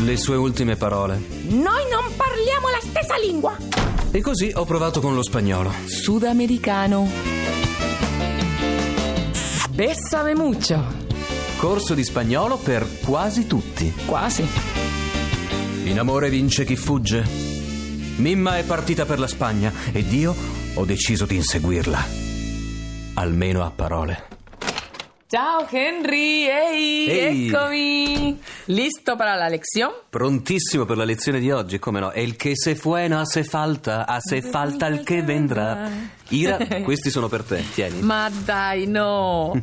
Le sue ultime parole. Noi non parliamo la stessa lingua. E così ho provato con lo spagnolo. sudamericano. Bessame mucho. Corso di spagnolo per quasi tutti. Quasi. In amore vince chi fugge. Mimma è partita per la Spagna ed io ho deciso di inseguirla. Almeno a parole. Ciao Henry, ehi, Ehi. eccomi. Listo para la lección? Prontissimo per la lezione di oggi, come no? È il che se fuena, se falta, a se falta il che vendrà. Ira, questi sono per te, tieni. Ma dai, no.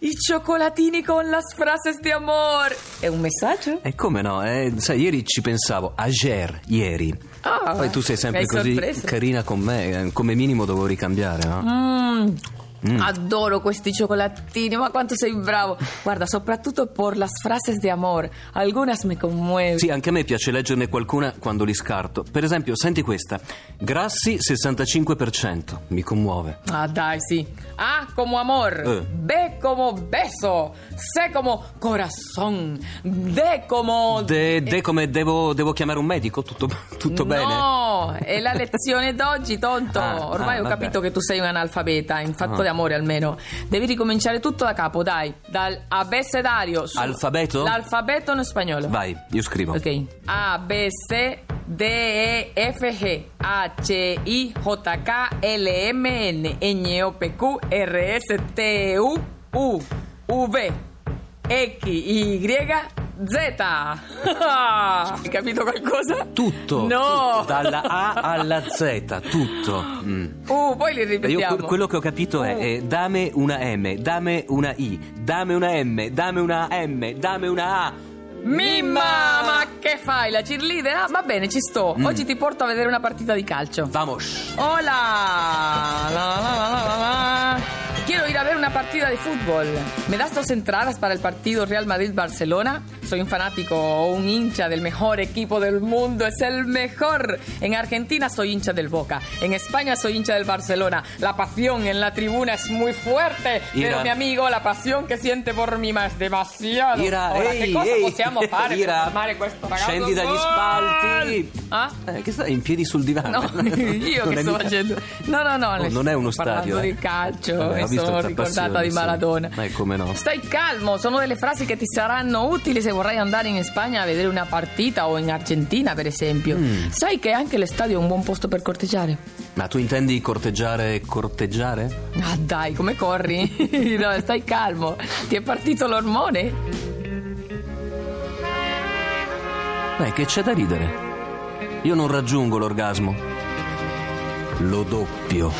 I cioccolatini con las frases de amor. È un messaggio? E come no? eh, sai, ieri ci pensavo, Ager, ieri. Ah, Poi tu sei sempre mi hai così sorpreso. carina con me, eh, come minimo dovevo ricambiare, no? Mm, Adoro questi cioccolatini, ma quanto sei bravo. Guarda, soprattutto por las frases de amor. Algunas me conmueven. Sì, anche a me piace leggerne qualcuna quando li scarto. Per esempio, senti questa. Grassi 65%. Mi commuove. Ah, dai, sí. A como amor, Eh. B como beso, C como corazón, D como... De, de come devo, devo chiamare un medico? Tutto, tutto bene? No, è la lezione d'oggi, tonto. Ah, Ormai ah, ho vabbè. capito che tu sei un analfabeta, in fatto Ah. di amore almeno. Devi ricominciare tutto da capo, dai, dal abecedario. su- Alfabeto? L'alfabeto in spagnolo. Vai, io scrivo. Ok. A, B, C, D, E, F, G, H, I, J, K, L, M, N, N, O, P, Q, R, S, T, U, U, V, X, Y, Z. Hai capito qualcosa? Tutto. No. tutto, dalla A alla Z, tutto. Mm. Uh, poi li Io ripetiamo. que- quello che ho capito Oh. è, eh, dame una M, dame una I, dame una M, dame una M, dame una A. Mimma, ma che fai? La cheerleader? Ah, va bene, ci sto. Mm. Oggi ti porto a vedere una partita di calcio. Vamos. Hola. La, la, la, la, la, la. Quiero ir a ver una partida de fútbol. ¿Me das dos entradas para el partido Real Madrid-Barcelona? Soy un fanático o un hincha del mejor equipo del mundo. Es el mejor. En Argentina soy hincha del Boca. En España soy hincha del Barcelona. La pasión en la tribuna es muy fuerte. Ira. Pero mi amigo, la pasión que siente por mí más demasiado. Ira, Ora, ehi, ¿Qué cosa pues ehi. possiamo fare per Ira, fermare questo ragazzo? scendi dagli Gol! spalti. Ah? Eh, che stai in piedi sul divano? No, io Non che è sto mica- facendo? No, no, no. Oh, le non è uno sto parlando stadio, eh. di calcio, Vabbè, ho mi visto sono tutta ricordata passione, di sì. Maradona. Eh, come no. Stai calmo, sono delle frasi che ti saranno utili se vorrai andare in Spagna a vedere una partita o in Argentina, per esempio. Mm. Sai che anche lo stadio è un buon posto per corteggiare? Ma tu intendi corteggiare e corteggiare? Ah, dai, come corri? no, stai calmo. Ti è partito l'ormone? Beh, che c'è da ridere? Io non raggiungo l'orgasmo. Lo doppio.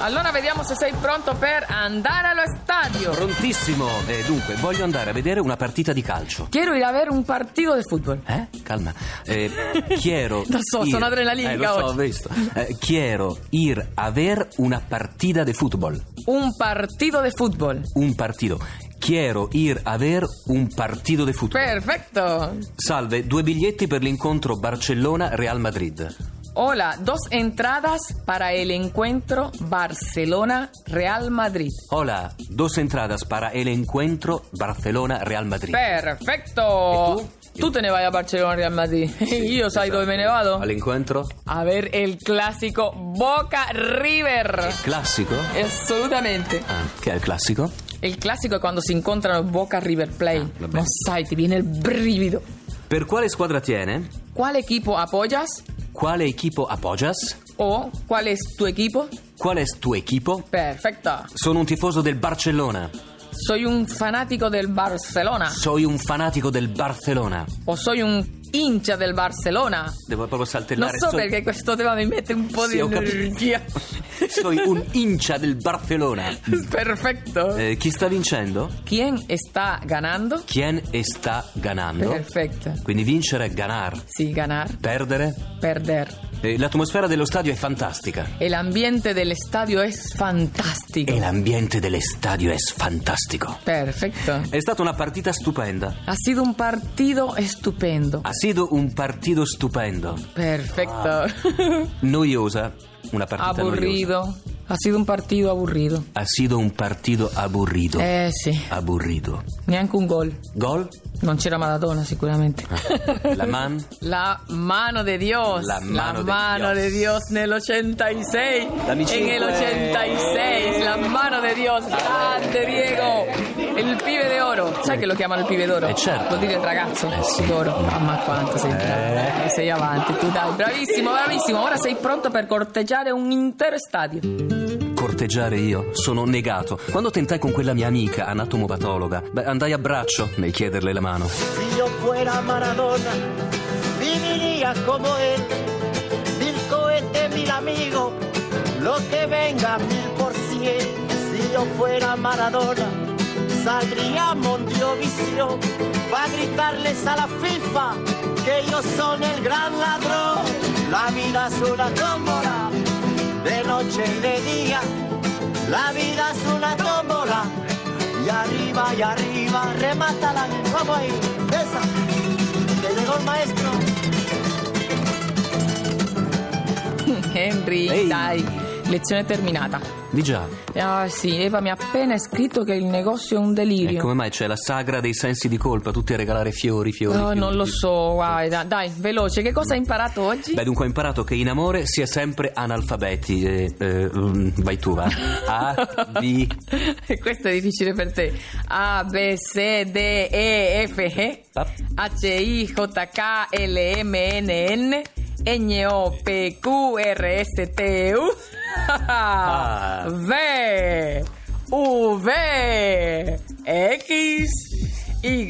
Allora vediamo se sei pronto per andare allo stadio. Prontissimo. Eh, dunque, voglio andare a vedere una partita di calcio. Quiero ir a ver un partido de fútbol. Eh? Calma. Eh, quiero. Lo so, ir- sono adrenalinica eh, lo oggi. so, ho visto. Eh, quiero ir a ver una partita de fútbol. Un partido de fútbol. Un partito. Quiero ir a ver un partito de fútbol. Perfecto. Salve, due biglietti per l'incontro Barcellona-Real Madrid. Hola, dos entradas para el encuentro Barcelona-Real Madrid. Hola, dos entradas para el encuentro Barcelona-Real Madrid. Perfecto. E tu? te ne vas a Barcelona-Real Madrid. y yo soy dove me ne vado. All'incontro? A ver el clásico Boca River. Classico? Absolutamente. Ah, che è il classico? Il classico è quando si incontrano Boca River Play. vabbè. non sai, ti viene il brivido. Per quale squadra tiene? ¿Cuál equipo apoyas? Quale equipo appoggias? O ¿cuál es tu equipo? Qual è tuo equipo? Perfecta. Sono un tifoso del Barcellona. Soy un fanático del Barcelona. Soy un fanatico del Barcellona. O soy un hincha del Barcelona. Devo proprio Lo saltellare. so Soy- perché questo tema mi mette un po' Sì, di ho capito. energia. Soy un hincha del Barcellona. Perfecto. Eh, chi sta vincendo? ¿Quién está ganando? Quien está ganando? Perfecto. Quindi vincere è ganar. Sí, ganar, Perdere? perder. Eh, l'atmosfera dello stadio è fantastica. El ambiente del estadio es fantástico. E l'ambiente dello stadio è fantastico. Perfecto. È stata una partita stupenda. Ha sido un partido estupendo. Ha sido un partito stupendo. Perfecto. Mm. Noiosa. Una partita noiosa. aburrido. Ha sido un partido aburrido. Ha sido un partito aburrido. Eh sì, Aburrido. neanche un gol. Gol? Non c'era Maradona sicuramente. Ah. La man? La mano de Dios. La mano de mano Dios. de Dios nel 86. Dammi En cinque. el 86. La mano de Dios. Grande Diego. El pibe de oro. Sai che lo chiamano il pibe d'oro? Eh, certo. Vuol dire il ragazzo. Eh, sì. D'oro. Mamma quanto sei Eh. bravo. Sei avanti. Tu dai. Bravissimo, bravissimo. Ora sei pronto per corteggiare un intero stadio. Corteggiare io sono negato. Quando tentai con quella mia amica, anatomopatologa, beh, andai a braccio nel chiederle la mano. Si yo fuera Maradona, viviría como él. Mil cohetes, mil amigos, lo que venga mil por cien. Si yo fuera Maradona, saldría a Mondiovisión para gritarles a la FIFA que ellos son el gran ladrón. La vida es una tómbola, de noche y de día. La vida es una tómbola, y arriba y arriba, remátala, vamos ahí, esa, que llegó el maestro. Henry, Ehi. dai. Lezione terminata. Di già. Ah sì, Eva mi ha appena scritto che il negozio è un E delirio. Eh, come mai c'è la sagra dei sensi di colpa, tutti a regalare fiori, fiori? No, fiori, non lo fiori. so, guarda. Dai, veloce, che cosa hai imparato oggi? Beh, dunque ho imparato che in amore si è sempre analfabeti. eh, eh, mm, vai tu, va. A, B. Questo è difficile per te. A, B, C, D, E, F, G, Pap. H, I, J, K, L, M, N, N, N, O, P, Q, R, S, T, U, Ah. V, U, V, X, Y,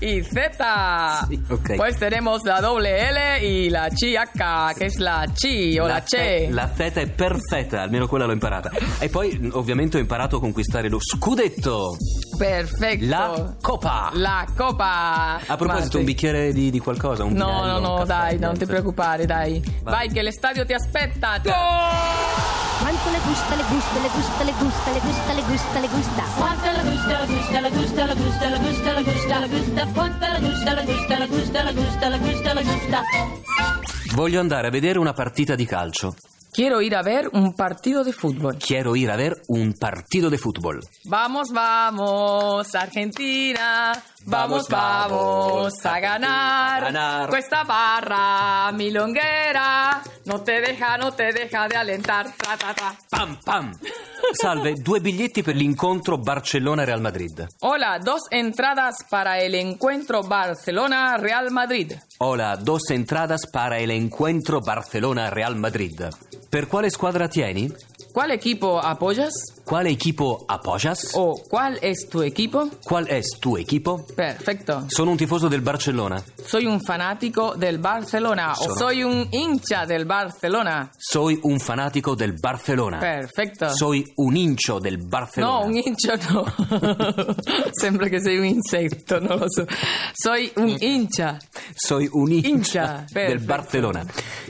y Z. Sí, ok. Pues tenemos la doble L y la CH, que es la chi o la, fe- che. la feta è perfetta, almeno quella l'ho imparata. E poi, mm, ovviamente, ho imparato a conquistare lo scudetto, Perfecto. la coppa. La coppa! A proposito, un Ma- bicchiere di, di qualcosa? Un No, vinello, no, un no, caffè, dai, non niente. ti preoccupare, dai. Vai. Vai, che l'estadio ti aspetta. ¿Cuánto le gusta, le gusta, le gusta, le gusta, le gusta, le gusta, le gusta? Quanta la gusta, la gusta, la gusta, la gusta, la gusta, la gusta, la gusta, quanta la gusta, la gusta, la gusta, la gusta, la gusta, la gusta. Voglio andare a vedere una partita di calcio. Quiero ir a ver un partido de fútbol. Quiero ir a ver un partito di football. Vamos, vamos, Argentina. Vamos, Vamos, vamos, vamos a ganar. ganar. Questa barra milonguera no te deja, no te deja de alentar. Tra, tra, tra. Pam pam! Salve, due biglietti per l'incontro Barcellona-Real Madrid. Hola, dos entradas para el encuentro Barcelona-Real Madrid. Hola, dos entradas para el encuentro Barcelona-Real Madrid. Per quale squadra tieni? ¿Cuál equipo apoyas? Quale equipo appoggias? o ¿cuál es tu equipo? Qual è tuo equipo? Perfecto. Sono un tifoso del Barcellona. Soy un fanático del Barcelona o Sono- soy un hincha del Barcelona. Soy un fanatico del Barcellona. Perfecto. Soy un hincho del Barcellona. no, un hincha no. Sembra che sei un insetto, non lo so. Soy un hincha. Soy un hincha, Hincha, del perfetto. Barcellona.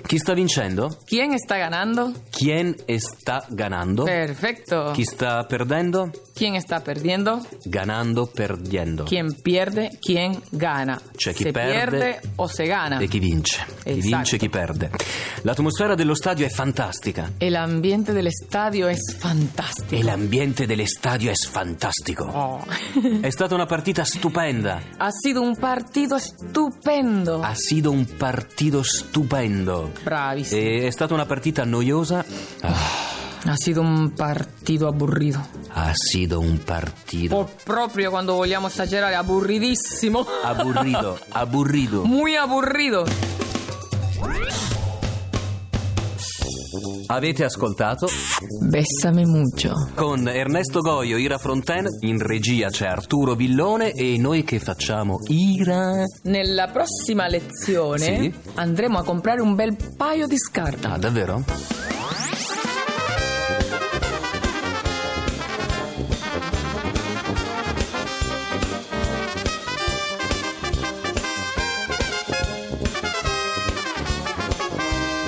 Chi sta vincendo? ¿Quién está ganando? Quien sta ganando? Perfecto. Chi sta perdendo? ¿Quién está perdiendo? Ganando, perdiendo. ¿Quién pierde? ¿Quién gana? C'è chi ¿Se perde pierde o se gana? E chi vince? Chi Esatto. vince e chi perde. L'atmosfera dello stadio è fantastica. El ambiente del estadio es fantástico. E l'ambiente dello stadio è fantastico. Oh. È stata una partita stupenda. ha sido un partido estupendo. Ha sido un partito stupendo. Bravissimo. Ah, E è stata una partita noiosa. Ha sido un partido aburrido. Ha sido un partido O proprio quando vogliamo esagerare, aburridissimo. Ah. aburrido, aburrido. Muy aburrido. Avete ascoltato? Bessame mucho. Con Ernesto Goio, Ira Fontaine, in regia c'è Arturo Villone e noi che facciamo? Ira... Nella prossima lezione Sì. ¿eh? andremo a comprare un bel paio di scarpe. Ah, davvero?